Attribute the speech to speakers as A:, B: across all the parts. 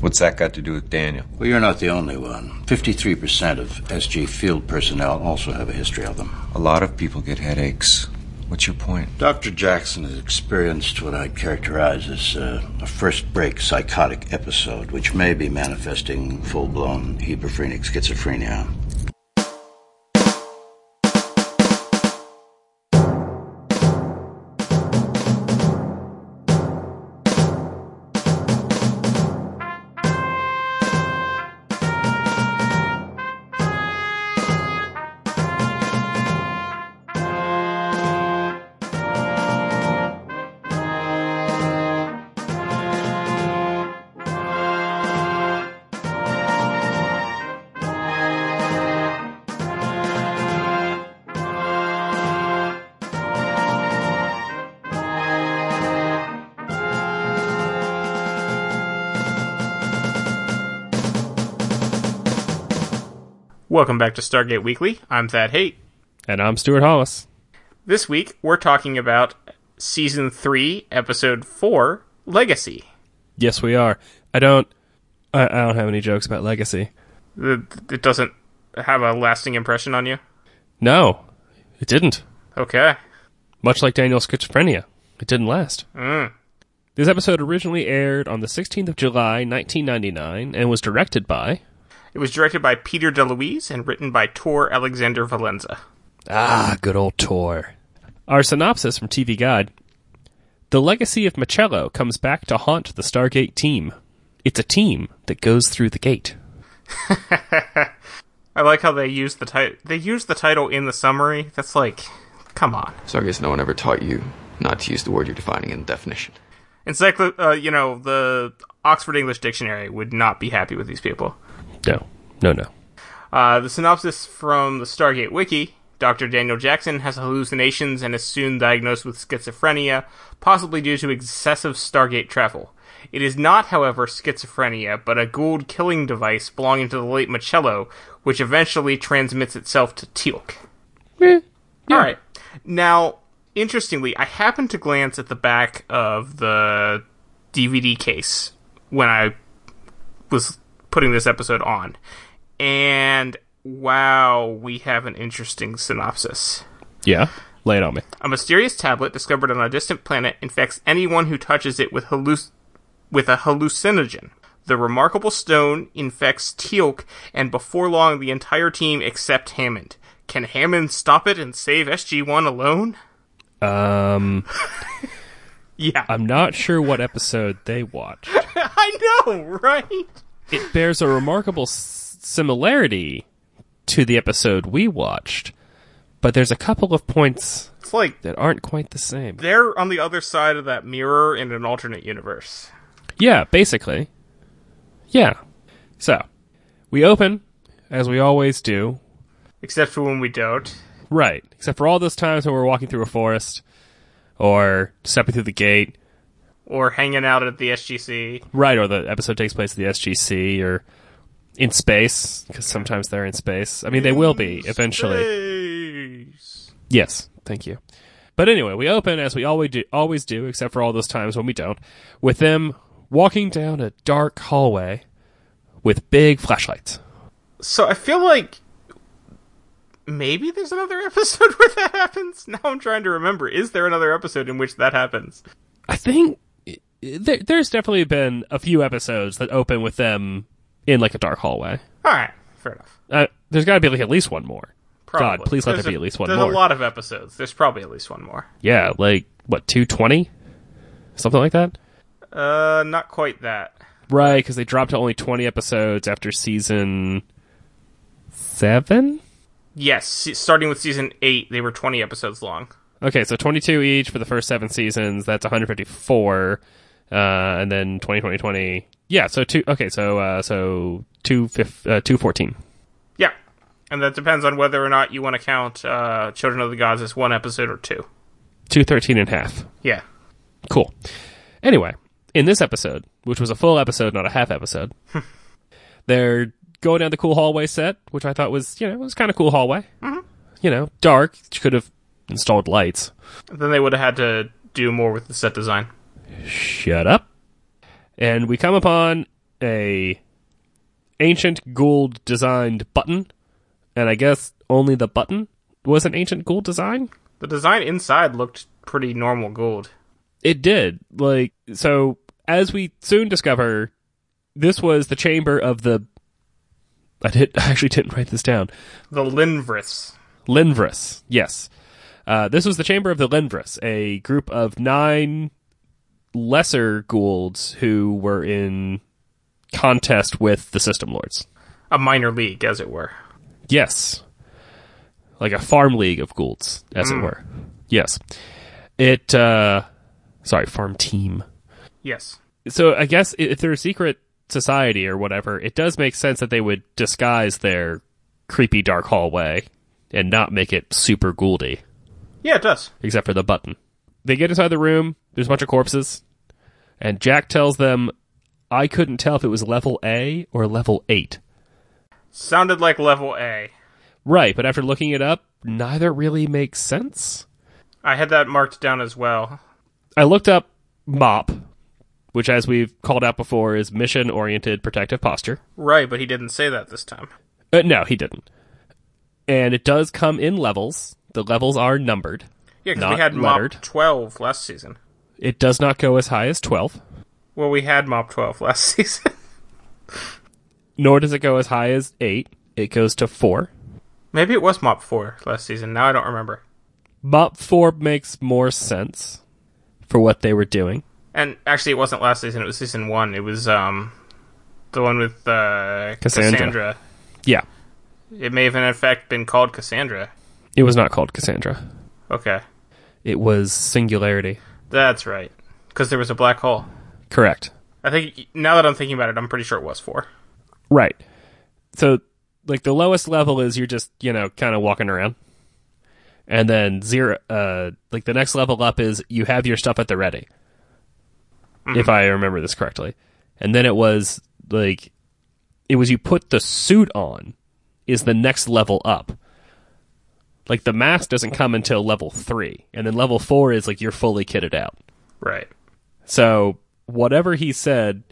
A: What's that got to do with Daniel?
B: Well, you're not the only one. 53% of SG field personnel also have a history of them.
A: A lot of people get headaches. What's your point?
B: Dr. Jackson has experienced what I'd characterize as uh, a first break psychotic episode, which may be manifesting full blown hebephrenic schizophrenia.
C: Welcome back to Stargate Weekly. I'm Thad Haight.
D: And I'm Stuart Hollis.
C: This week, we're talking about Season 3, Episode 4, Legacy.
D: Yes, we are. I don't. I, I don't have any jokes about legacy.
C: Th- It doesn't have a lasting impression on you?
D: No, it didn't.
C: Okay.
D: Much like Daniel's schizophrenia, it didn't last. This episode originally aired on the 16th of July, 1999, and was directed by.
C: It was directed by Peter DeLuise and written by Tor Alexander Valenza.
D: Ah, good old Tor. Our synopsis from TV Guide The legacy of Michello comes back to haunt the Stargate team. It's a team that goes through the gate.
C: I like how they use the title. They use the title in the summary. That's like, come on.
E: So I guess no one ever taught you not to use the word you're defining in the definition.
C: Encyclo, uh, you know, the Oxford English Dictionary would not be happy with these people.
D: No, no, no.
C: Uh, the synopsis from the Stargate Wiki Dr. Daniel Jackson has hallucinations and is soon diagnosed with schizophrenia, possibly due to excessive Stargate travel. It is not, however, schizophrenia, but a Gould killing device belonging to the late Machello, which eventually transmits itself to Teal'c. All right. Now, interestingly, I happened to glance at the back of the DVD case when I was putting this episode on. And wow, we have an interesting synopsis.
D: Yeah? Lay it on me.
C: A mysterious tablet discovered on a distant planet infects anyone who touches it with halluc- with a hallucinogen. The remarkable stone infects Teal'c, and before long, the entire team except Hammond. Can Hammond stop it and save SG-1 alone?
D: Um.
C: Yeah,
D: I'm not sure what episode they watched.
C: I know, right?
D: It bears a remarkable s- similarity to the episode we watched, but there's a couple of points
C: It's like
D: that aren't quite the same.
C: they're on the other side of that mirror in an alternate universe.
D: Yeah, basically. Yeah. So, we open, as we always do.
C: Except for when we don't.
D: Right. Except for all those times when we're walking through a forest or stepping through the gate.
C: Or hanging out at the SGC.
D: Right, or the episode takes place at the SGC or in space, because sometimes they're in space. I mean, they will be eventually.
C: Space.
D: Yes, thank you. But anyway, we open as we always do, always do, except for all those times when we don't, with them walking down a dark hallway with big flashlights.
C: So I feel like maybe there's another episode where that happens. Now I'm trying to remember. Is there another episode in which that happens?
D: I think i- there, there's definitely been a few episodes that open with them in like a dark hallway.
C: Alright, fair enough.
D: Uh, there's got to be like at least one more.
C: Probably.
D: God, please let
C: There's
D: there be
C: a-
D: at least one
C: There's
D: more.
C: a lot of episodes. There's probably at least one more.
D: Yeah, like what two twenty, something like that.
C: Uh, not quite that.
D: Right, because they dropped to only twenty episodes after season seven.
C: Yes, se- starting with season 8, they were 20 episodes long.
D: Okay, so 22 each for the first seven seasons. That's 154, uh, and then 20, 20, 20. Yeah, so two. Okay, so uh, so two fif- uh, two fourteen.
C: Yeah. And that depends on whether or not you want to count uh, Children of the Gods as one episode or two.
D: Two thirteen and a half.
C: Yeah.
D: Cool. Anyway, in this episode, which was a full episode, not a half episode, they're going down the cool hallway set, which I thought was you know it was kind of cool hallway. Mm-hmm. You know, dark. Could have installed lights.
C: Then they would have had to do more with the set design.
D: Shut up. And we come upon a ancient Gould designed button, and I guess only the button was an ancient Gould design.
C: The design inside looked pretty normal gold.
D: It did. Like so as we soon discover, this was the chamber of the I did I actually didn't write this down.
C: The Linvriths.
D: Lenvrus, yes. Uh, this was the Chamber of the Lenvrus, a group of nine lesser Goulds who were in contest with the System Lords.
C: A minor league, as it were.
D: Yes. Like a farm league of Goulds, as it were. Yes. It, uh, sorry, farm team.
C: Yes.
D: So I guess i- if they're a secret society or whatever, it does make sense that they would disguise their creepy dark hallway and not make it super Gouldy.
C: Yeah, it does.
D: except for the button. They get inside the room. There's a bunch of corpses, and Jack tells them, "I couldn't tell if it was level A or level eight.
C: Sounded like level A.
D: Right, but after looking it up, neither really makes sense.
C: I had that marked down as well.
D: I looked up MOP, which, as we've called out before, is Mission Oriented Protective Posture.
C: Right, but he didn't say that this time.
D: Uh, no, he didn't. And it does come in levels. The levels are numbered.
C: Yeah, because
D: Not
C: we had mop
D: lettered.
C: 12 last season.
D: It does not go as high as twelve,
C: Well, we had mop 12 last season.
D: nor does it go as high as eight. It goes to four.
C: Maybe it was mop 4 last season. Now I don't remember.
D: Mop 4 makes more sense for what they were doing.
C: And actually, it wasn't last season. It was season one. It was um, the one with uh,
D: Cassandra.
C: Cassandra.
D: Yeah.
C: It may have, in fact, been called Cassandra.
D: It was not called Cassandra.
C: Okay,
D: It was Singularity.
C: that's right. Because there was a black hole.
D: Correct.
C: I think now that I'm thinking about it, I'm pretty sure it was four.
D: Right. So, like, the lowest level is you're just, you know, kind of walking around. And then zero, uh, like, the next level up is you have your stuff at the ready. If I remember this correctly. And then it was, like, it was you put the suit on is the next level up. Like, the mask doesn't come until level three. And then level four is, like, you're fully kitted out.
C: Right.
D: So whatever he said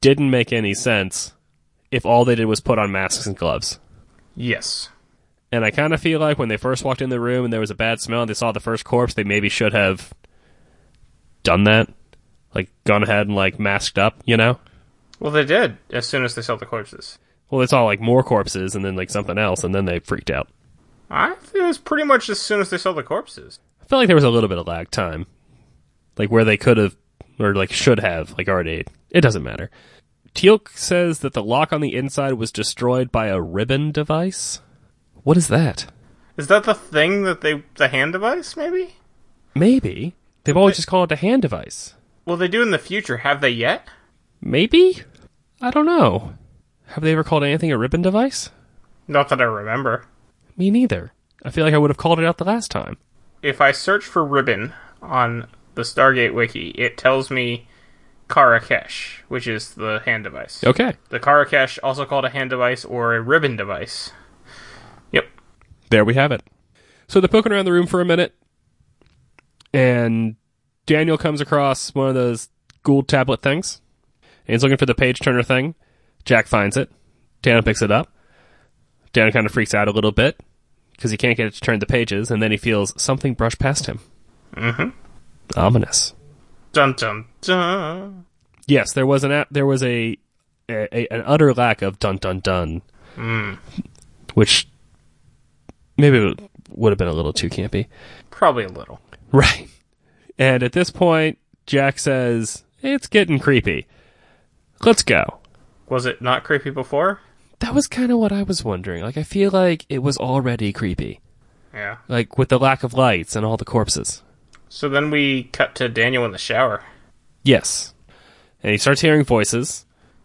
D: didn't make any sense if all they did was put on masks and gloves.
C: Yes.
D: And I kind of feel like when they first walked in the room and there was a bad smell and they saw the first corpse, they maybe should have done that. Like gone ahead and like masked up, you know?
C: Well, they did as soon as they saw the corpses.
D: Well, they saw like more corpses and then like something else and then they freaked out.
C: I think it was pretty much as soon as they saw the corpses.
D: I feel like there was a little bit of lag time, like where they could have or like should have like already. It doesn't matter. Teal'c says that the lock on the inside was destroyed by a ribbon device. What is that?
C: Is that the thing that they the hand device? Maybe.
D: Maybe they've always just called it a hand device.
C: Will they do in the future? Have they yet?
D: Maybe I don't know. Have they ever called anything a ribbon device?
C: Not that I remember.
D: Me neither. I feel like I would have called it out the last time.
C: if I search for ribbon on the Stargate wiki, it tells me Karakesh, which is the hand device.
D: Okay,
C: The Karakesh, also called a hand device or a ribbon device. Yep.
D: there we have it. So they're poking around the room for a minute, and Daniel comes across one of those Gould tablet things, and he's looking for the page turner thing. Jack finds it. Daniel picks it up. Daniel kind of freaks out a little bit because he can't get it to turn the pages, and then he feels something brush past him. Mm-hmm. Ominous.
C: Dun dun dun.
D: Yes, there was an a- there was a, a, a- an utter lack of dun dun dun, which maybe it would have been a little too campy,
C: Probably a little.
D: right? And at this point, Jack says it's getting creepy. Let's go.
C: Was it not creepy before?
D: That was kind of what I was wondering. Like, I feel like it was already creepy,
C: Yeah.
D: like with the lack of lights and all the corpses.
C: So then we cut to Daniel in the shower,
D: Yes, and he starts hearing voices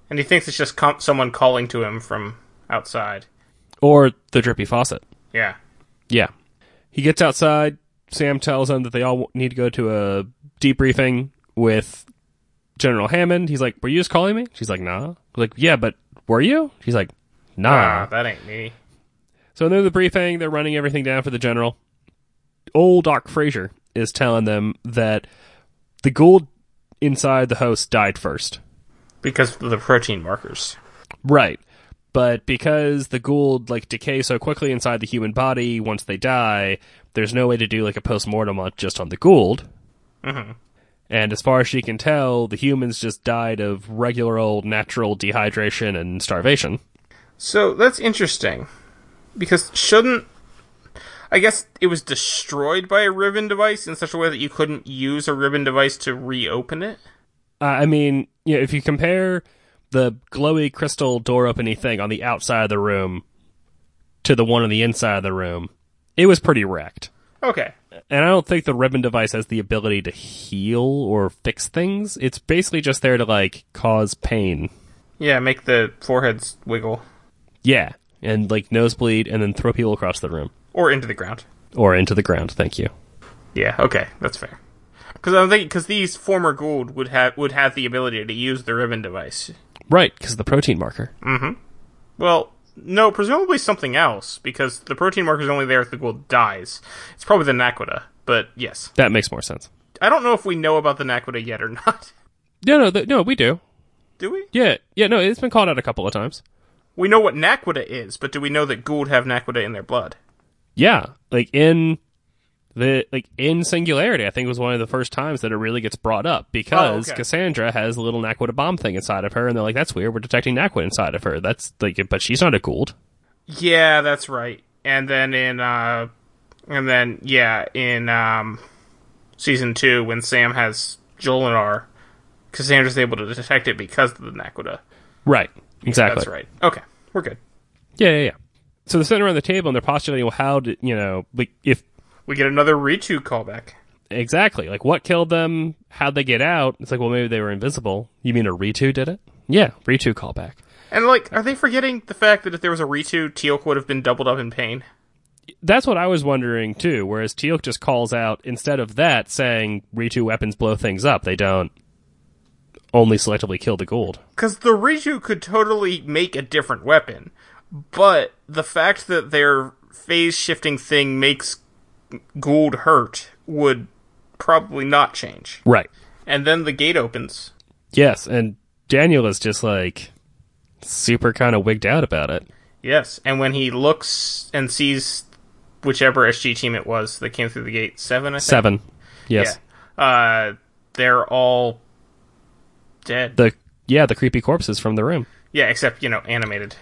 C: and he thinks it's just com- someone calling to him from outside.
D: or the drippy faucet.
C: Yeah.
D: Yeah. He gets outside. Sam tells him that they all w- need to go to a debriefing with General Hammond. He's like, Were you just calling me? She's like, Nah. Like, yeah, but were you? She's like,
C: Ah,
D: Nah.
C: that ain't me.
D: So they're the briefing. They're running everything down for the general. Old Doc Frazier is telling them that the Gould inside the host died first.
C: because of the protein markers.
D: Right. But because the Gould like decay so quickly inside the human body once they die, there's no way to do like a post mortem on just on the Gould. And as far as she can tell, the humans just died of regular old natural dehydration and starvation.
C: So that's interesting. Because shouldn't. I guess it was destroyed by a ribbon device in such a way that you couldn't use a ribbon device to reopen it?
D: Uh, I mean, you know, if you compare the glowy crystal door openy thing on the outside of the room to the one on the inside of the room, it was pretty wrecked.
C: Okay.
D: And I don't think the ribbon device has the ability to heal or fix things. It's basically just there to like cause pain.
C: Yeah, make the foreheads wiggle.
D: Yeah. And like nosebleed and then throw people across the room
C: Or into the ground.
D: or into the ground. Thank you.
C: Yeah, okay, that's fair. Because I'm thinking, because these former Gould would have would have the ability to use the ribbon device.
D: Right, because the protein marker.
C: Well, no, presumably something else, because the protein marker is only there if the Gould dies. It's probably the Naquita, but yes,
D: That makes more sense.
C: I don't know if we know about the Naquita yet or not.
D: Yeah, no, th- no, we do.
C: Do we?
D: Yeah, yeah, no, it's been called out a couple of times.
C: We know what Naquita is, but do we know that Gould have Naquita in their blood?
D: Yeah, like in the like in Singularity, I think was one of the first times that it really gets brought up because
C: Oh, okay.
D: Cassandra has a little Naquita bomb thing inside of her, and they're like, "That's weird. We're detecting Naquita inside of her. That's like, but she's not a Gould."
C: Yeah, that's right. And then in uh and then yeah, in um season two when Sam has Jolinar, Cassandra's able to detect it because of the Naquita.
D: Right. Exactly.
C: That's right. Okay. We're good.
D: Yeah, yeah, yeah. So they're sitting around the table and they're postulating, well, how did you know, like, if
C: We get another Ritu callback.
D: exactly, like, what killed them? How'd they get out? It's like, well, maybe they were invisible. You mean a Ritu did it? Yeah, Ritu callback.
C: And like, are they forgetting the fact that if there was a Ritu, Teal'c would have been doubled up in pain?
D: That's what I was wondering too. Whereas Teal'c just calls out instead of that, saying Ritu weapons blow things up. They don't only selectively kill the Gould.
C: Because the Riju could totally make a different weapon, but the fact that their phase shifting thing makes Gould hurt would probably not change.
D: Right.
C: And then the gate opens.
D: Yes, and Daniel is just like super kind of wigged out about it.
C: Yes, and when he looks and sees whichever SG team it was that came through the gate, seven, I think.
D: Seven. Yes.
C: Yeah. Uh, they're all dead.
D: The yeah the creepy corpses from the room.
C: yeah, except, you know, animated.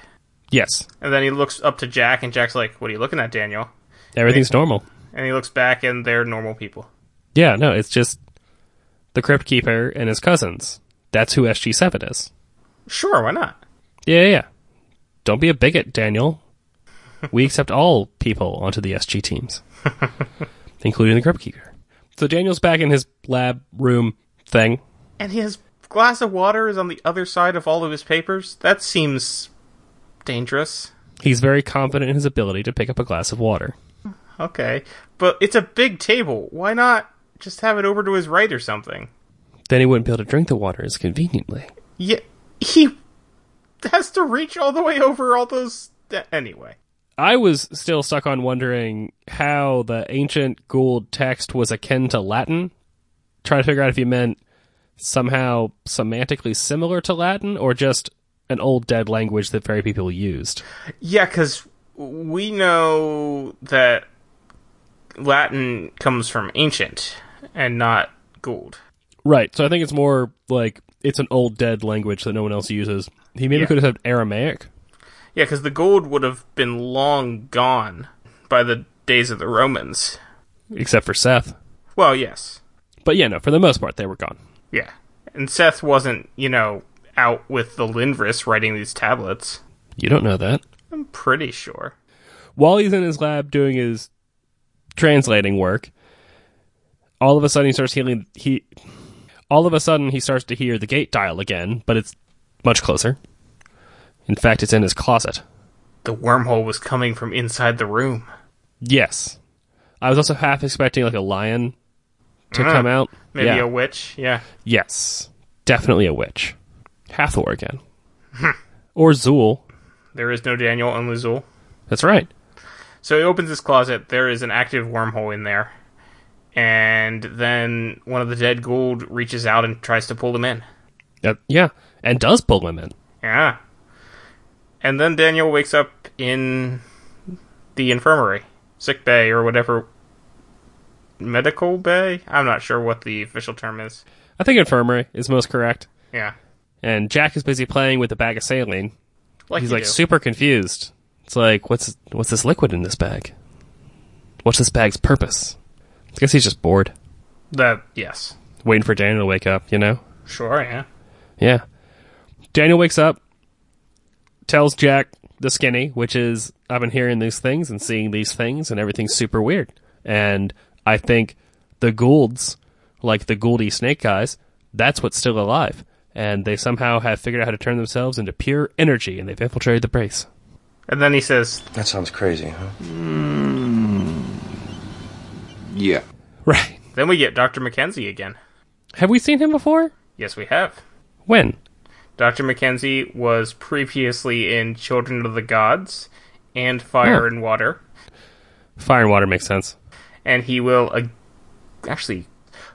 D: Yes.
C: And then he looks up to Jack, and Jack's like, What are you looking at, Daniel?
D: Everything's normal.
C: and he looks back and they're normal people.
D: Yeah, no, it's just the Crypt Keeper and his cousins. That's who SG7 is.
C: Sure, why not?
D: Yeah, yeah, yeah. Don't be a bigot, Daniel. We accept all people onto the SG teams, including the Crypt Keeper. So Daniel's back in his lab room thing.
C: And his glass of water is on the other side of all of his papers. That seems dangerous.
D: He's very confident in his ability to pick up a glass of water.
C: Okay, but it's a big table. Why not just have it over to his right or something?
D: Then he wouldn't be able to drink the water as conveniently.
C: Yeah, he has to reach all the way over all those. Anyway,
D: I was still stuck on wondering how the ancient Gould text was akin to Latin. Trying to figure out if he meant somehow semantically similar to Latin or just an old dead language that very people used.
C: yeah, because we know that Latin comes from ancient and not Gould.
D: Right. So I think it's more like it's an old dead language that no one else uses. He maybe
C: Yeah.
D: could have said Aramaic.
C: Yeah, because the gold would have been long gone by the days of the Romans.
D: Except for Seth.
C: Well, yes.
D: But yeah, no, for the most part they were gone.
C: Yeah. And Seth wasn't, you know, out with the Lindris writing these tablets.
D: You don't know that.
C: I'm pretty sure.
D: while he's in his lab doing his translating work, all of a sudden he starts hearing he all of a sudden he starts to hear the gate dial again, but it's much closer. In fact, it's in his closet.
C: The wormhole was coming from inside the room.
D: Yes. I was also half expecting like a lion to come out.
C: Maybe
D: yeah.
C: a witch. Yeah.
D: yes. Definitely a witch. Hathor again. or Zool.
C: There is no Daniel and Luzul.
D: That's right.
C: So he opens his closet. There is an active wormhole in there. And then one of the dead Gould reaches out and tries to pull him in.
D: That- Uh, yeah. and does pull him in.
C: Yeah. And then Daniel wakes up in the infirmary, sick bay, or whatever. Medical bay? I'm not sure what the official term is.
D: I think infirmary is most correct.
C: Yeah.
D: And Jack is busy playing with a bag of saline.
C: Like
D: He's
C: you
D: like
C: do.
D: super confused. It's like, what's what's this liquid in this bag? What's this bag's purpose? I guess he's just bored,
C: That, yes.
D: waiting for Daniel to wake up. You know?
C: Sure, yeah.
D: Yeah. Daniel wakes up, tells Jack the skinny, which is I've been hearing these things and seeing these things, and everything's super weird. And I think the Goulds, like the Gouldy snake guys, that's what's still alive. And they somehow have figured out how to turn themselves into pure energy, and they've infiltrated the base.
C: And then he says,
A: That sounds crazy, huh?
E: Yeah.
D: Right.
C: then we get Dr. Mackenzie again.
D: Have we seen him before?
C: Yes, we have.
D: When?
C: Dr. Mackenzie was previously in Children of the Gods and Fire
D: Huh.
C: and Water,
D: Fire and water makes sense.
C: and he will ag- actually.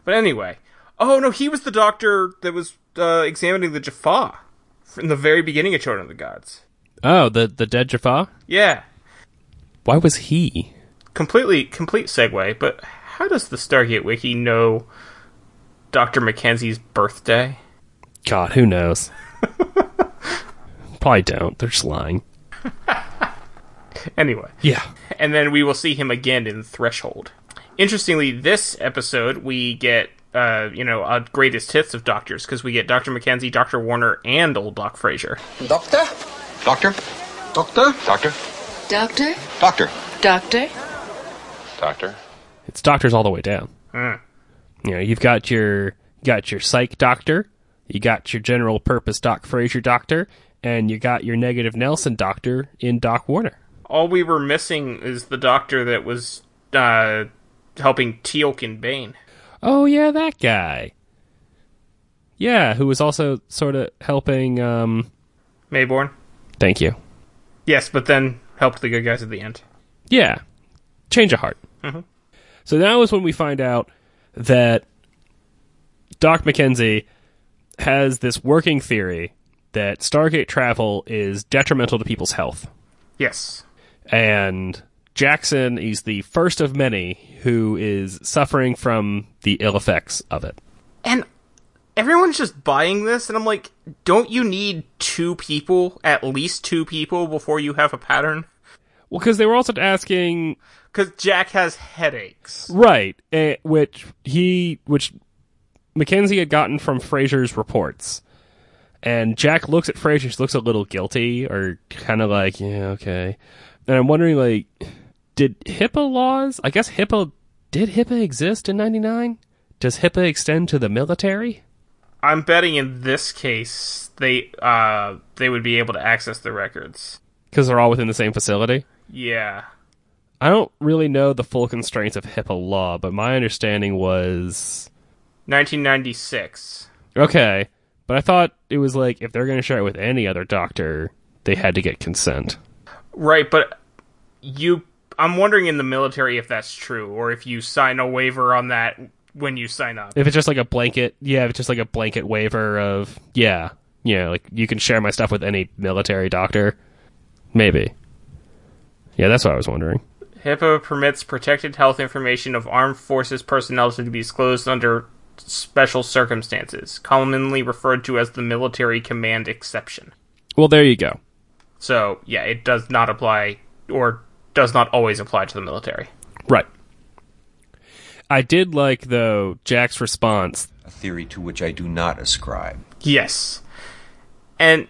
C: But anyway, oh no, he was the doctor that was uh, examining the Jaffa from the very beginning of Children of the Gods.
D: Oh, the the dead Jaffa.
C: Yeah,
D: Why was he?
C: completely complete segue. But how does the Stargate Wiki know Dr. Mackenzie's birthday?
D: God, who knows? Probably don't. They're just lying.
C: Anyway,
D: Yeah.
C: and then we will see him again in Threshold. Interestingly, this episode we get uh, you know a greatest hits of doctors because we get Doctor Mackenzie, Doctor Warner, and old Doc Frazier.
F: Doctor?
E: Doctor?
F: Doctor?
E: Doctor?
G: Doctor?
E: Doctor?
G: Doctor?
E: Doctor?
D: It's doctors all the way down. You know, you've got your you got your psych doctor, you got your general purpose Doc Frazier doctor, and you got your negative Nelson doctor in Doc Warner.
C: All we were missing is the doctor that was uh, helping Teal'c and Bane.
D: Oh yeah, that guy. Yeah, who was also sort of helping. um
C: Mayborn.
D: Thank you.
C: Yes, but then helped the good guys at the end.
D: Yeah. Change of heart. So that was when we find out that Doc McKenzie has this working theory that Stargate travel is detrimental to people's health.
C: Yes.
D: And Jackson is the first of many who is suffering from the ill effects of it.
C: And everyone's just buying this, and I'm like, don't you need two people, at least two people, before you have a pattern?
D: Well, because they were also asking
C: Because Jack has headaches.
D: Right, eh, which he, which Mackenzie had gotten from Fraser's reports, and Jack looks at Fraser. She looks a little guilty, or kind of like, yeah, okay. And I'm wondering, like, did HIPAA laws? I guess HIPAA did HIPAA exist in '99? Does HIPAA extend to the military?
C: I'm betting in this case they uh they would be able to access the records.
D: Because they're all within the same facility.
C: Yeah.
D: I don't really know the full constraints of HIPAA law, but my understanding was
C: 1996.
D: Okay. But I thought it was like if they're going to share it with any other doctor, they had to get consent.
C: Right, but you I'm wondering in the military if that's true or if you sign a waiver on that when you sign up.
D: If it's just like a blanket, yeah, if it's just like a blanket waiver of, yeah, you know, like you can share my stuff with any military doctor, maybe. Yeah, that's what I was wondering.
C: HIPAA permits protected health information of armed forces personnel to be disclosed under special circumstances, commonly referred to as the military command exception.
D: Well, there you go.
C: So, yeah, it does not apply or does not always apply to the military.
D: Right. I did like though Jack's response.
A: A theory to which I do not ascribe.
C: Yes. And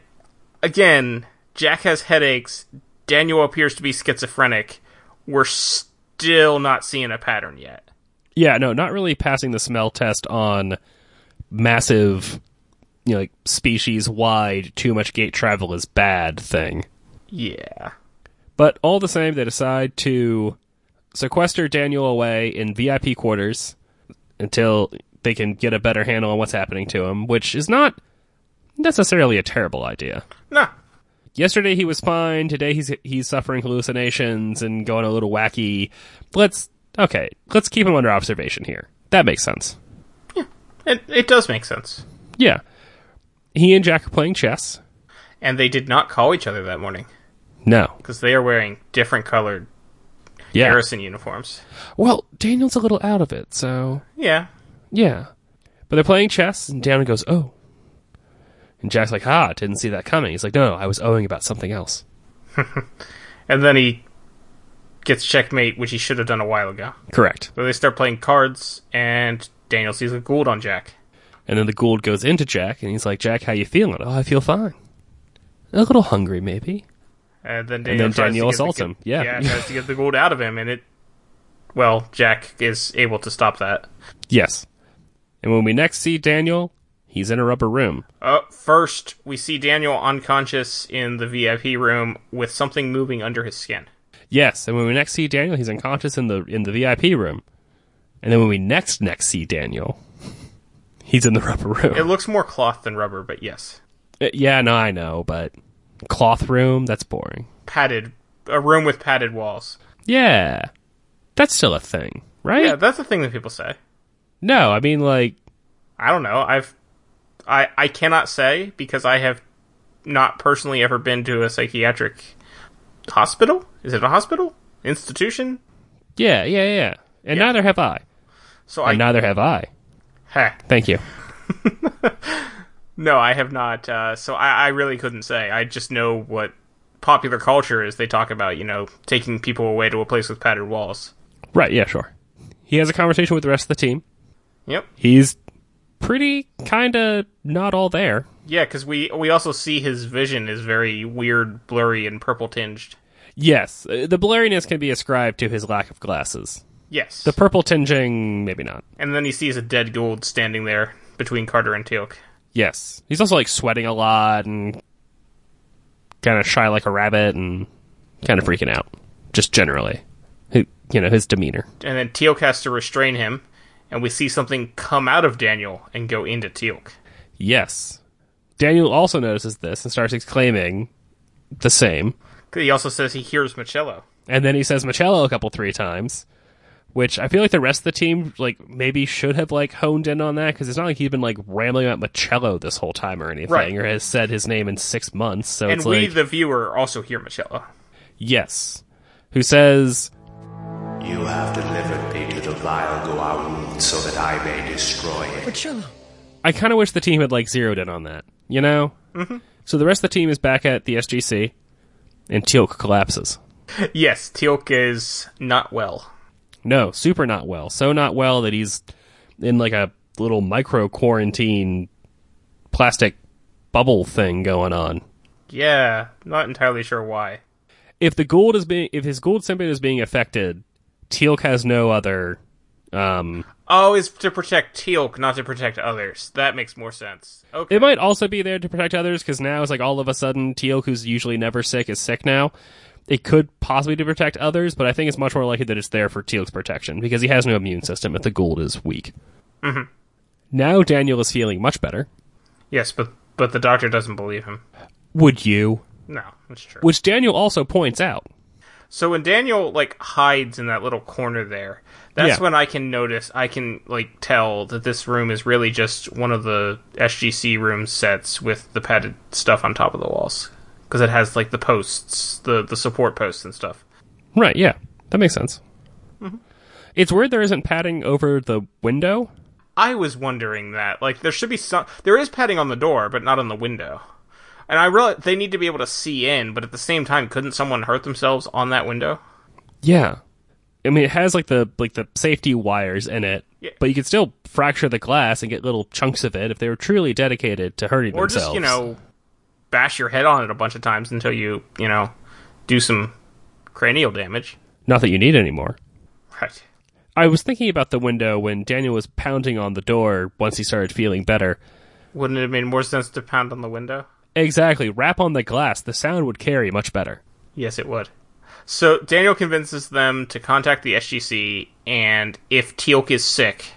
C: again, Jack has headaches. Daniel appears to be schizophrenic. We're still not seeing a pattern yet.
D: Yeah, no, not really passing the smell test on massive you know, like species wide too much gate travel is bad thing.
C: Yeah.
D: But all the same, they decide to sequester Daniel away in VIP quarters until they can get a better handle on what's happening to him, which is not necessarily a terrible idea.
C: Nah.
D: Yesterday he was fine. Today he's he's suffering hallucinations and going a little wacky. Let's okay. Let's keep him under observation here. That makes sense.
C: It, it does make sense.
D: Yeah. He and Jack are playing chess.
C: And they did not call each other that morning
D: No.
C: because they are wearing different colored
D: Yeah.
C: Harrison uniforms.
D: Well, Daniel's a little out of it, so
C: Yeah.
D: yeah. But they're playing chess, and Daniel goes, "Oh." And Jack's like, "Ah, didn't see that coming." He's like, "No, no, I was owing about something else."
C: And then he gets checkmate, which he should have done a while ago.
D: Correct.
C: So they start playing cards, and Daniel sees a Gould on Jack.
D: And then the Gould goes into Jack, and he's like, "Jack, how you feeling?" "Oh, I feel fine. A little hungry, maybe."
C: And then Daniel,
D: then
C: tries
D: Daniel
C: to get the
D: assaults
C: kid-
D: him. Yeah.
C: yeah, tries to get the Gould out of him, and it. Well, Jack is able to stop that.
D: Yes. And when we next see Daniel, he's in a rubber room.
C: Uh, first, we see Daniel unconscious in the VIP room with something moving under his skin.
D: Yes, and when we next see Daniel, he's unconscious in the in the VIP room. And then when we next next see Daniel, he's in the rubber room.
C: It looks more cloth than rubber, but yes.
D: Uh, yeah, no, I know, but cloth room, that's boring.
C: Padded. A room with padded walls.
D: Yeah. That's still a thing, right?
C: Yeah, that's a thing that people say.
D: No, I mean like
C: I don't know. I've I I cannot say because I have not personally ever been to a psychiatric hospital. Is it a hospital? Institution?
D: yeah, yeah, yeah. And
C: Yeah.
D: neither have I.
C: So
D: And
C: I
D: neither have I.
C: heh.
D: Thank you.
C: no, I have not. Uh, so I, I really couldn't say. I just know what popular culture is. They talk about you know taking people away to a place with padded walls.
D: Right, yeah, sure. He has a conversation with the rest of the team.
C: Yep.
D: He's pretty kinda not all there.
C: Yeah, because we we also see his vision is very weird, blurry, and purple tinged.
D: Yes, uh, the blurriness can be ascribed to his lack of glasses.
C: Yes.
D: The purple tinging, maybe not.
C: and then he sees a dead gold standing there between Carter and Teal'c.
D: Yes, he's also like sweating a lot and kind of shy like a rabbit and kind of freaking out, just generally. He, you know, his demeanor.
C: and then Teal'c has to restrain him, and we see something come out of Daniel and go into Teal'c.
D: Yes, Daniel also notices this and starts exclaiming the same.
C: He also says he hears Michello.
D: And then he says Machello a couple three times, which I feel like the rest of the team like maybe should have like honed in on that because it's not like he's been like rambling about Machello this whole time or anything,
C: Right.
D: or has said his name in six months. So
C: And
D: it's
C: we,
D: like
C: the viewer, also hear Michello.
D: yes, who says
F: You have delivered me to the vile Goa'uld so that I may destroy it.
D: I kind of wish the team had like zeroed in on that, you know? Mm-hmm. So the rest of the team is back at the SGC, and Teal'c collapses.
C: Yes, Teal'c is not well.
D: No, super not well. So not well that he's in like a little micro quarantine plastic bubble thing going on.
C: Yeah, not entirely sure why.
D: If the Gould is being, if his Gould symbiote is being affected, Teal'c has no other. Um,
C: Oh, is to protect Teal'c, not to protect others. That makes more sense. Okay.
D: it might also be there to protect others because now it's like all of a sudden Teal'c, who's usually never sick, is sick now. It could possibly to protect others, but I think it's much more likely that it's there for Teal'c's protection because he has no immune system if the Gould is weak. Mm-hmm. Now Daniel is feeling much better.
C: yes, but but the doctor doesn't believe him.
D: Would you?
C: No, that's true.
D: Which Daniel also points out.
C: So when Daniel like hides in that little corner there, that's
D: Yeah.
C: when I can notice, I can like tell that this room is really just one of the SGC room sets with the padded stuff on top of the walls because it has like the posts, the the support posts and stuff.
D: Right, yeah. That makes sense.
C: Mm-hmm.
D: It's weird there isn't padding over the window.
C: I was wondering that like there should be some there is padding on the door but not on the window. And I realize they need to be able to see in, but at the same time, couldn't someone hurt themselves on that window?
D: Yeah. I mean, it has like the like the safety wires in it,
C: Yeah.
D: but you could still fracture the glass and get little chunks of it if they were truly dedicated to hurting
C: or
D: themselves.
C: just you know bash your head on it a bunch of times until you you know do some cranial damage
D: not that you need anymore.
C: right
D: I was thinking about the window when Daniel was pounding on the door once he started feeling better.
C: wouldn't it have made more sense to pound on the window
D: Exactly, rap on the glass. The sound would carry much better.
C: yes it would so daniel convinces them to contact the sgc and if teal'c is sick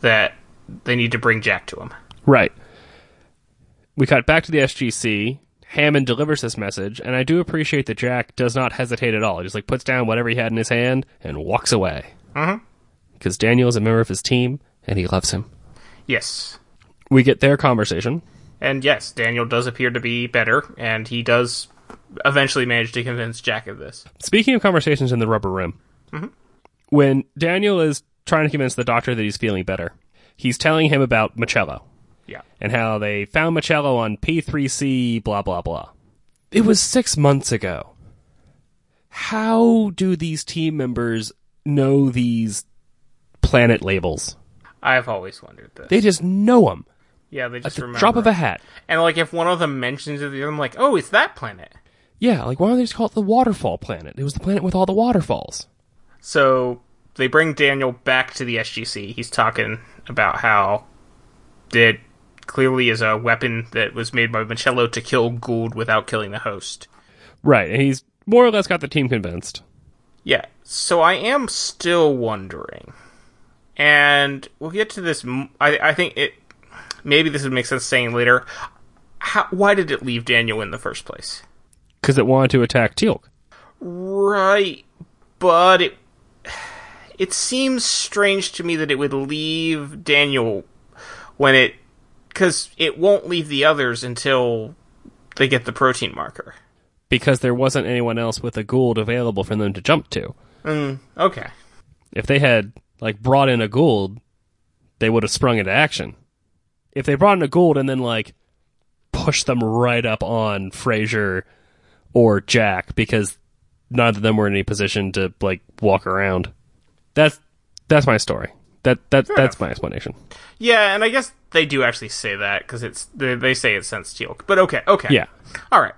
C: that they need to bring jack to him
D: Right. We cut back to the SGC. Hammond delivers this message, and I do appreciate that Jack does not hesitate at all. He just like puts down whatever he had in his hand and walks away. Because Daniel is a member of his team, and he loves him.
C: yes
D: We get their conversation.
C: And yes, Daniel does appear to be better, and he does eventually manage to convince Jack of this.
D: Speaking of conversations in the rubber room, when Daniel is trying to convince the doctor that he's feeling better, he's telling him about Michello
C: Yeah.
D: and how they found Michello on P3C, blah, blah, blah. It was six months ago. How do these team members know these planet labels?
C: I've always wondered this.
D: They just know them
C: yeah, they
D: at
C: just
D: the
C: remember.
D: drop of a
C: it.
D: hat.
C: And like if one of them mentions it, the other, I'm like, oh, it's that planet.
D: Yeah, like why don't they just call it the waterfall planet? It was the planet with all the waterfalls.
C: So they bring Daniel back to the SGC. He's talking about how it clearly is a weapon that was made by Michello to kill Gould without killing the host.
D: Right, and he's more or less got the team convinced.
C: Yeah. So I am still wondering, and we'll get to this. m- I, I think it maybe this would make sense saying later. How, why did it leave Daniel in the first place?
D: because it wanted to attack Teal'c.
C: Right, but it it seems strange to me that it would leave Daniel when it because it won't leave the others until they get the protein marker.
D: because there wasn't anyone else with a Gould available for them to jump to.
C: Okay,
D: If they had like brought in a Gould, they would have sprung into action. If they brought in a Gould and then like pushed them right up on Frazier or Jack because neither of them were in any position to like walk around. That's that's my story. That that that's my explanation.
C: yeah, and I guess they do actually say that because it's they, they say it since Teal'c. But okay, okay,
D: Yeah.
C: all right,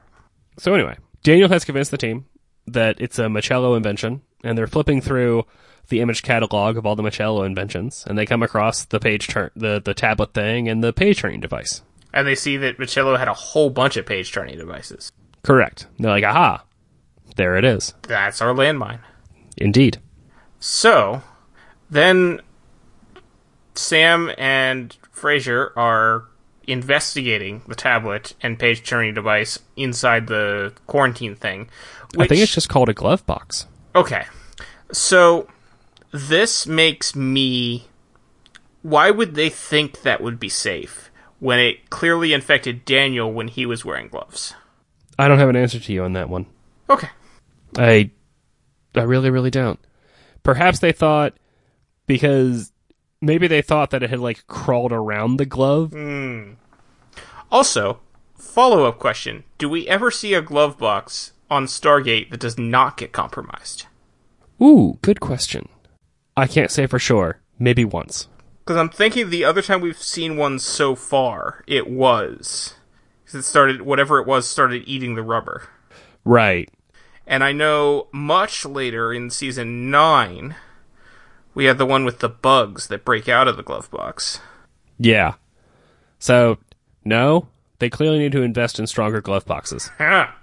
D: So anyway, Daniel has convinced the team that it's a Michello invention, and they're flipping through the image catalog of all the Michello inventions, and they come across the page turn, the the tablet thing, and the page turning device.
C: and they see that Michello had a whole bunch of page turning devices.
D: Correct. They're like, aha, there it is,
C: That's our landmine.
D: indeed.
C: So then Sam and Fraser are investigating the tablet and page turning device inside the quarantine thing. Which,
D: I think it's just called a glove box.
C: okay. So this makes me why would they think that would be safe when it clearly infected Daniel when he was wearing gloves?
D: I don't have an answer to you on that one.
C: Okay.
D: I I really really don't. Perhaps they thought because maybe they thought that it had like crawled around the glove
C: Also, follow up question Do we ever see a glove box on Stargate that does not get compromised?
D: Ooh, good question. I can't say for sure. Maybe once.
C: Because I'm thinking the other time we've seen one so far, it was. 'Cause it started, whatever it was, started eating the rubber.
D: Right.
C: And I know much later in season 9, we had the one with the bugs that break out of the glove box.
D: Yeah. So, no, they clearly need to invest in stronger glove boxes.
C: Ah.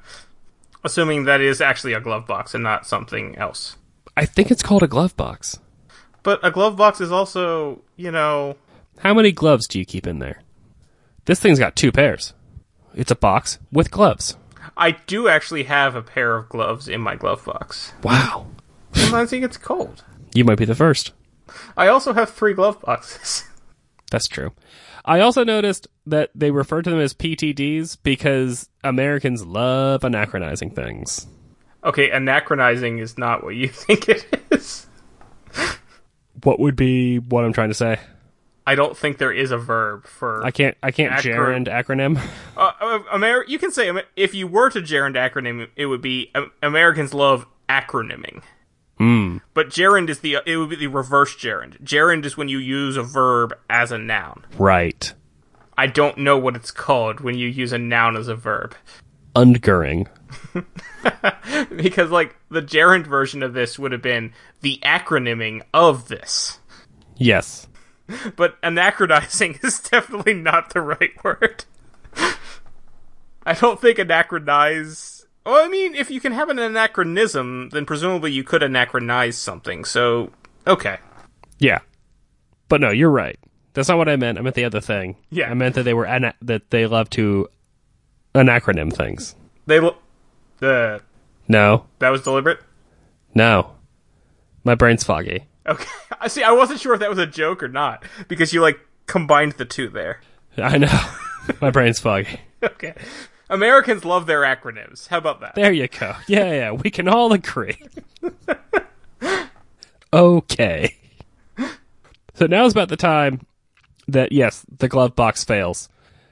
C: Assuming that is actually a glove box and not something else.
D: I think it's called a glove box.
C: But a glove box is also, you know,
D: How many gloves do you keep in there? This thing's got two pairs. It's a box with gloves.
C: I do actually have a pair of gloves in my glove box.
D: Wow.
C: Sometimes it gets cold.
D: You might be the first.
C: I also have three glove boxes.
D: That's true. I also noticed that they refer to them as PTDs because Americans love anachronizing things.
C: Okay, anachronizing is not what you think it is.
D: What would be what I'm trying to say?
C: I don't think there is a verb for.
D: I can't I can't
C: Acro-
D: gerund acronym.
C: Uh, uh, Amer- you can say Amer- if you were to gerund acronym, it would be um, Americans love acronyming. But gerund is the uh, it would be the reverse gerund. Gerund is when you use a verb as a noun.
D: Right.
C: I don't know what it's called when you use a noun as a verb.
D: Undgering.
C: because like the gerund version of this would have been the acronyming of this
D: Yes.
C: but anachronizing is definitely not the right word i don't think anachronize well i mean if you can have an anachronism then presumably you could anachronize something so okay
D: Yeah. But no, you're right. That's not what I meant. I meant the other thing.
C: Yeah.
D: I meant that they were ana- that they love to anachronym things.
C: they lo- uh,
D: No.
C: that was deliberate
D: No. My brain's foggy.
C: okay i see i wasn't sure if that was a joke or not because you like combined the two there
D: I know. My brain's foggy.
C: Okay. Americans love their acronyms. How about that?
D: There you go. Yeah, yeah, we can all agree. okay. So now's about the time that, yes, the glove box fails,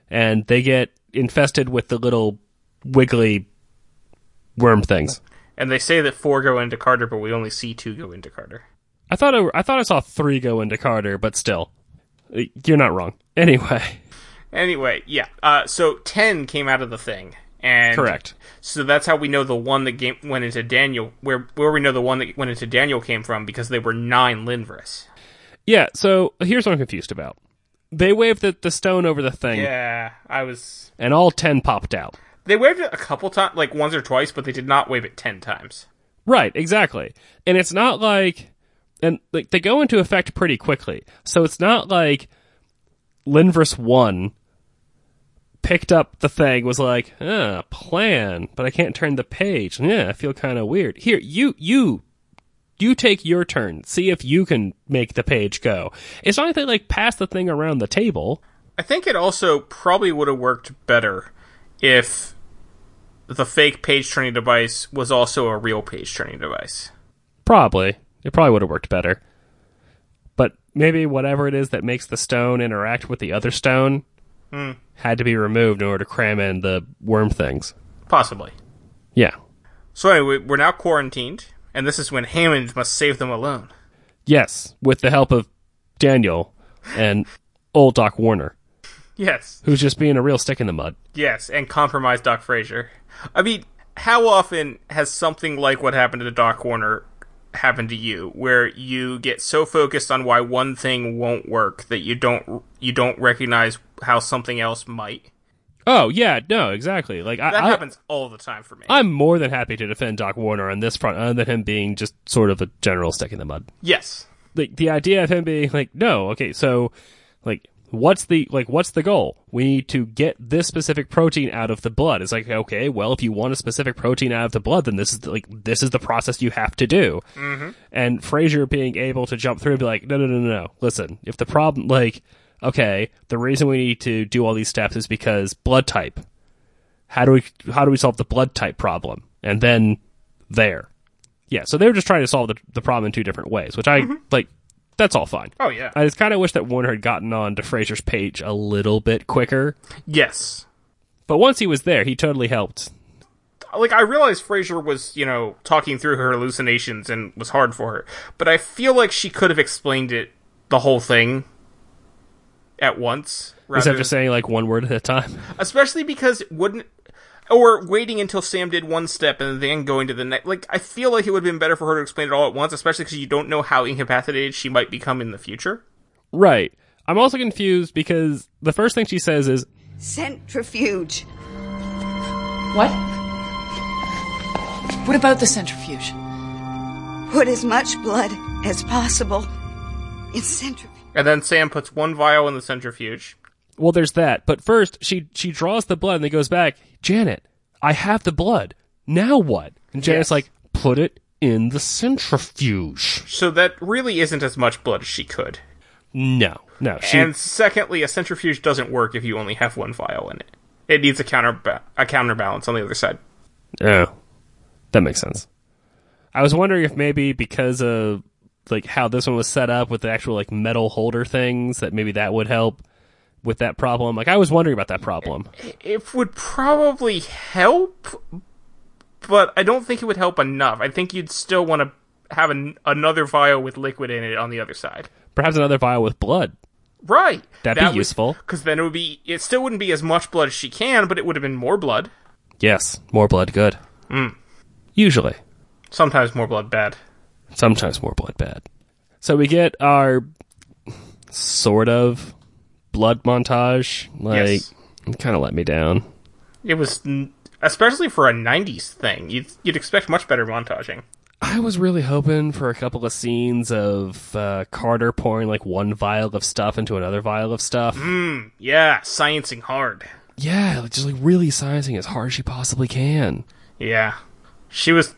D: and they get infested with the little wiggly worm things.
C: And they say that four go into Carter, but we only see two go into Carter.
D: I thought I, I thought I saw three go into Carter, but still, you're not wrong. Anyway,
C: Anyway, yeah. Uh, so ten came out of the thing, and
D: correct.
C: So that's how we know the one that game went into Daniel, where where we know the one that went into Daniel came from because they were nine Linvris.
D: Yeah. So here's what I'm confused about. They waved the, the stone over the thing,
C: Yeah, I was.
D: and all ten popped out.
C: They waved it a couple times, like once or twice, but they did not wave it ten times.
D: Right, exactly. And it's not like and like they go into effect pretty quickly. So it's not like Linverse 1 picked up the thing was like, "Uh, plan, but I can't turn the page. Yeah, I feel kind of weird." Here, you you you take your turn. See if you can make the page go. It's not like they like pass the thing around the table.
C: I think it also probably would have worked better if the fake page turning device was also a real page turning device.
D: Probably. It probably would have worked better. But maybe whatever it is that makes the stone interact with the other stone had to be removed in order to cram in the worm things.
C: Possibly.
D: Yeah.
C: So anyway, we're now quarantined, and this is when Hammond must save them alone.
D: Yes, with the help of Daniel and old Doc Warner,
C: Yes,
D: who's just being a real stick in the mud.
C: yes, and compromise Doc Frazier. I mean, how often has something like what happened to Doc Warner happened to you, where you get so focused on why one thing won't work that you don't you don't recognize how something else might?
D: Oh, yeah, no, exactly. Like I,
C: That
D: I
C: happens all the time for me.
D: I'm more than happy to defend Doc Warner on this front other than him being just sort of a general stick in the mud.
C: yes,
D: like the idea of him being like, no, okay, so like what's the like what's the goal? We need to get this specific protein out of the blood. It's like, okay, well, if you want a specific protein out of the blood, then this is the, like this is the process you have to do. Mm-hmm. And Frazier being able to jump through and be like, no, no, no, no, no. Listen, if the problem like okay, the reason we need to do all these steps is because blood type. How do we how do we solve the blood type problem? And then there. Yeah, so they were just trying to solve the, the problem in two different ways, which I like. That's all fine.
C: Mm-hmm. Oh, yeah.
D: I just kind of wish that Warner had gotten on to Fraser's page a little bit quicker.
C: yes.
D: But once he was there, he totally helped.
C: like I realized Fraser was, you know, talking through her hallucinations and was hard for her, but I feel like she could have explained it the whole thing at once, rather
D: Instead
C: than,
D: of just saying like one word at a time.
C: especially because it wouldn't or waiting until Sam did one step and then going to the next. Like I feel like it would have been better for her to explain it all at once, especially because you don't know how incapacitated she might become in the future.
D: Right. I'm also confused because the first thing she says is,
G: Centrifuge.
H: What? What about the centrifuge?
G: Put as much blood as possible in centrifuge.
C: And then Sam puts one vial in the centrifuge.
D: "Well, there's that." But first, she she draws the blood and then goes back. Janet, I have the blood. Now what? And Janet's
C: Yes.
D: like, "Put it in the centrifuge."
C: So that really isn't as much blood as she could.
D: No, no. She
C: and secondly, a centrifuge doesn't work if you only have one vial in it. It needs a counter a counterbalance on the other side.
D: Oh, that makes sense. I was wondering if maybe because of like how this one was set up with the actual like metal holder things that maybe that would help with that problem. Like I was wondering about that problem.
C: It would probably help, but I don't think it would help enough. I think you'd still want to have an, another vial with liquid in it on the other side.
D: Perhaps another vial with blood.
C: Right.
D: That'd be useful.
C: Because then it would be. It still wouldn't be as much blood as she can, but it would have been more blood.
D: Yes, more blood good. Usually,
C: Sometimes more blood bad.
D: sometimes more blood bad. So we get our sort of blood montage. Like
C: Yes.
D: it kind of let me down.
C: It was. n- Especially for a 90s thing. You'd, you'd expect much better montaging.
D: I was really hoping for a couple of scenes of uh, Carter pouring like one vial of stuff into another vial of stuff.
C: Yeah, sciencing hard.
D: Yeah, like, just like really sizing as hard as she possibly can.
C: Yeah. She was.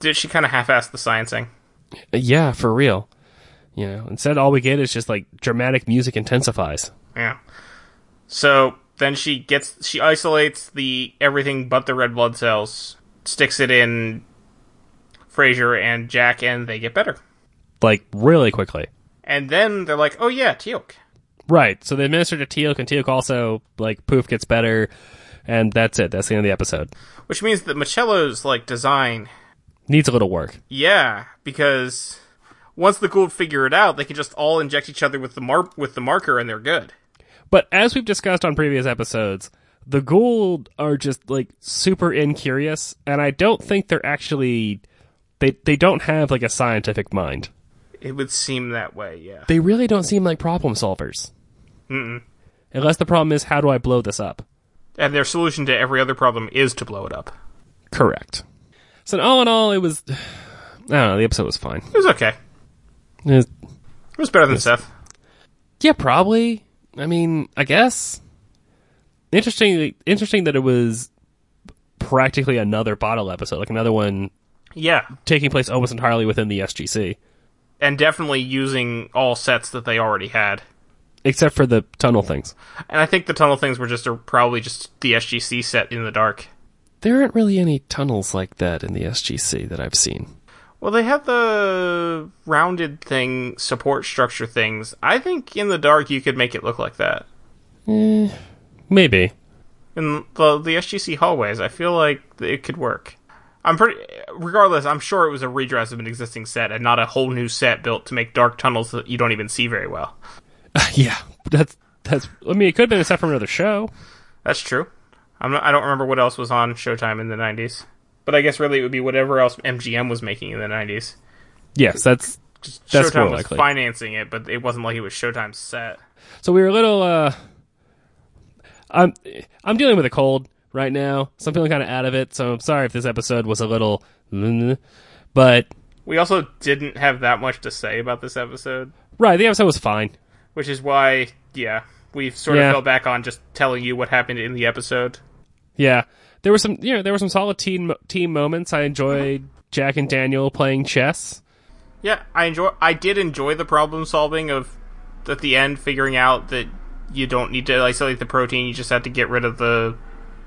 C: Did she kind of half-assed the sciencing?
D: Uh, yeah, for real. You know, instead all we get is just like dramatic music intensifies.
C: Yeah. So Then she gets she isolates the everything but the red blood cells, sticks it in Fraser and Jack, and they get better.
D: like really quickly.
C: And then they're like, "Oh yeah, Teal'c."
D: Right. So they administer to Teal'c, and Teal'c also like poof gets better, and that's it. That's the end of the episode.
C: Which means that Michello's like design,
D: Needs a little work.
C: yeah, because once the Gould figure it out, they can just all inject each other with the mar- with the marker, and they're good.
D: But as we've discussed on previous episodes, the Gould are just like super incurious, and I don't think they're actually they they don't have like a scientific mind.
C: It would seem that way, yeah.
D: They really don't seem like problem solvers. Mm-mm. Unless the problem is how do I blow this up?
C: And their solution to every other problem is to blow it up.
D: Correct. So all in all, it was I don't know. The episode was fine.
C: It was okay.
D: It was-
C: It was better than Seth.
D: Yeah, probably. I mean, I guess. Interesting. Interesting that it was practically another bottle episode, like another one
C: Yeah,
D: taking place almost entirely within the SGC,
C: and definitely using all sets that they already had.
D: except for the tunnel things.
C: And I think the tunnel things were just a, probably just the SGC set in the dark.
D: There aren't really any tunnels like that in the SGC that I've seen.
C: Well, they had the rounded thing, support structure things. I think in the dark you could make it look like that.
D: Maybe.
C: In the the SGC hallways, I feel like it could work. I'm pretty. Regardless, I'm sure it was a redress of an existing set and not a whole new set built to make dark tunnels that you don't even see very well.
D: yeah, that's that's. I mean, it could have been except from another show.
C: That's true. I'm not, I don't remember what else was on Showtime in the 90s. But I guess really it would be whatever else MGM was making in the 90s.
D: Yes, that's That's
C: Showtime
D: more
C: was
D: likely.
C: financing it, but it wasn't like it was Showtime's set.
D: So we were a little. Uh, I'm I'm dealing with a cold right now, so I'm feeling kind of out of it. So I'm sorry if this episode was a little, but
C: We also didn't have that much to say about this episode,
D: right, the episode was fine.
C: which is why, yeah, we've sort
D: Yeah.
C: of fell back on just telling you what happened in the episode.
D: Yeah, there were some you know there were some solid team team moments. I enjoyed Jack and Daniel playing chess.
C: Yeah, I enjoy. I did enjoy the problem solving of at the end figuring out that you don't need to isolate the protein; you just have to get rid of the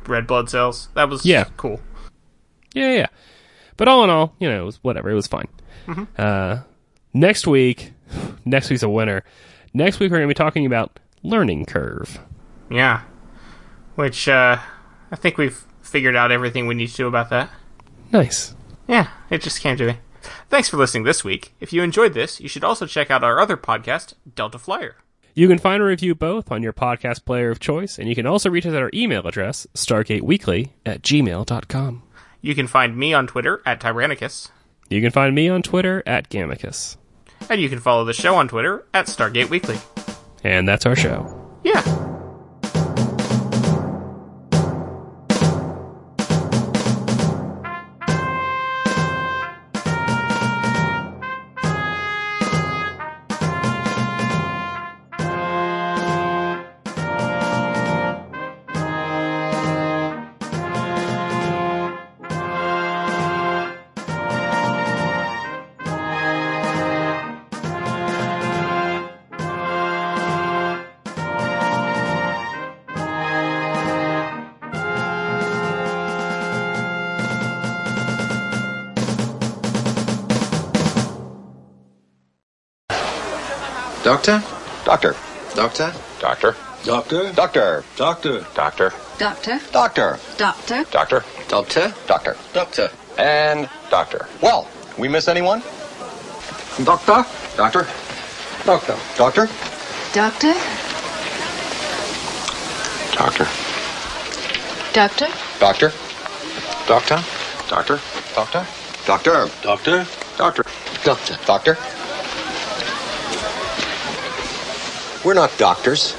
C: red blood cells. That was
D: Yeah.
C: cool.
D: Yeah, yeah. But all in all, you know, it was whatever. It was fine. Uh, next week, next week's a winner. Next week we're going to be talking about learning curve.
C: Yeah. Which, uh, I think we've figured out everything we need to do about that.
D: Nice.
C: Yeah, it just came to me. Thanks for listening this week. If you enjoyed this, you should also check out our other podcast, Delta Flyer.
D: You can find a review both on your podcast player of choice, and you can also reach us at our email address, stargateweekly at gmail.com.
C: You can find me on Twitter at Tyrannicus,
D: You can find me on Twitter at Gamicus.
C: and you can follow the show on Twitter at Stargate Weekly.
D: And that's our show.
C: Yeah.
E: Doctor? Doctor. Doctor? Doctor.
B: Doctor?
E: Doctor.
B: Doctor?
E: Doctor.
G: Doctor,
E: Doctor.
G: doctor,
E: Doctor. Doctor. Doctor. Doctor. And doctor. Well, we miss anyone? Doctor. Doctor. Doctor. Doctor.
G: doctor,
E: Doctor.
H: Doctor?
E: Doctor. Doctor. Doctor. Doctor. Doctor.
B: Doctor?
E: Doctor. Doctor. Doctor. We're not doctors.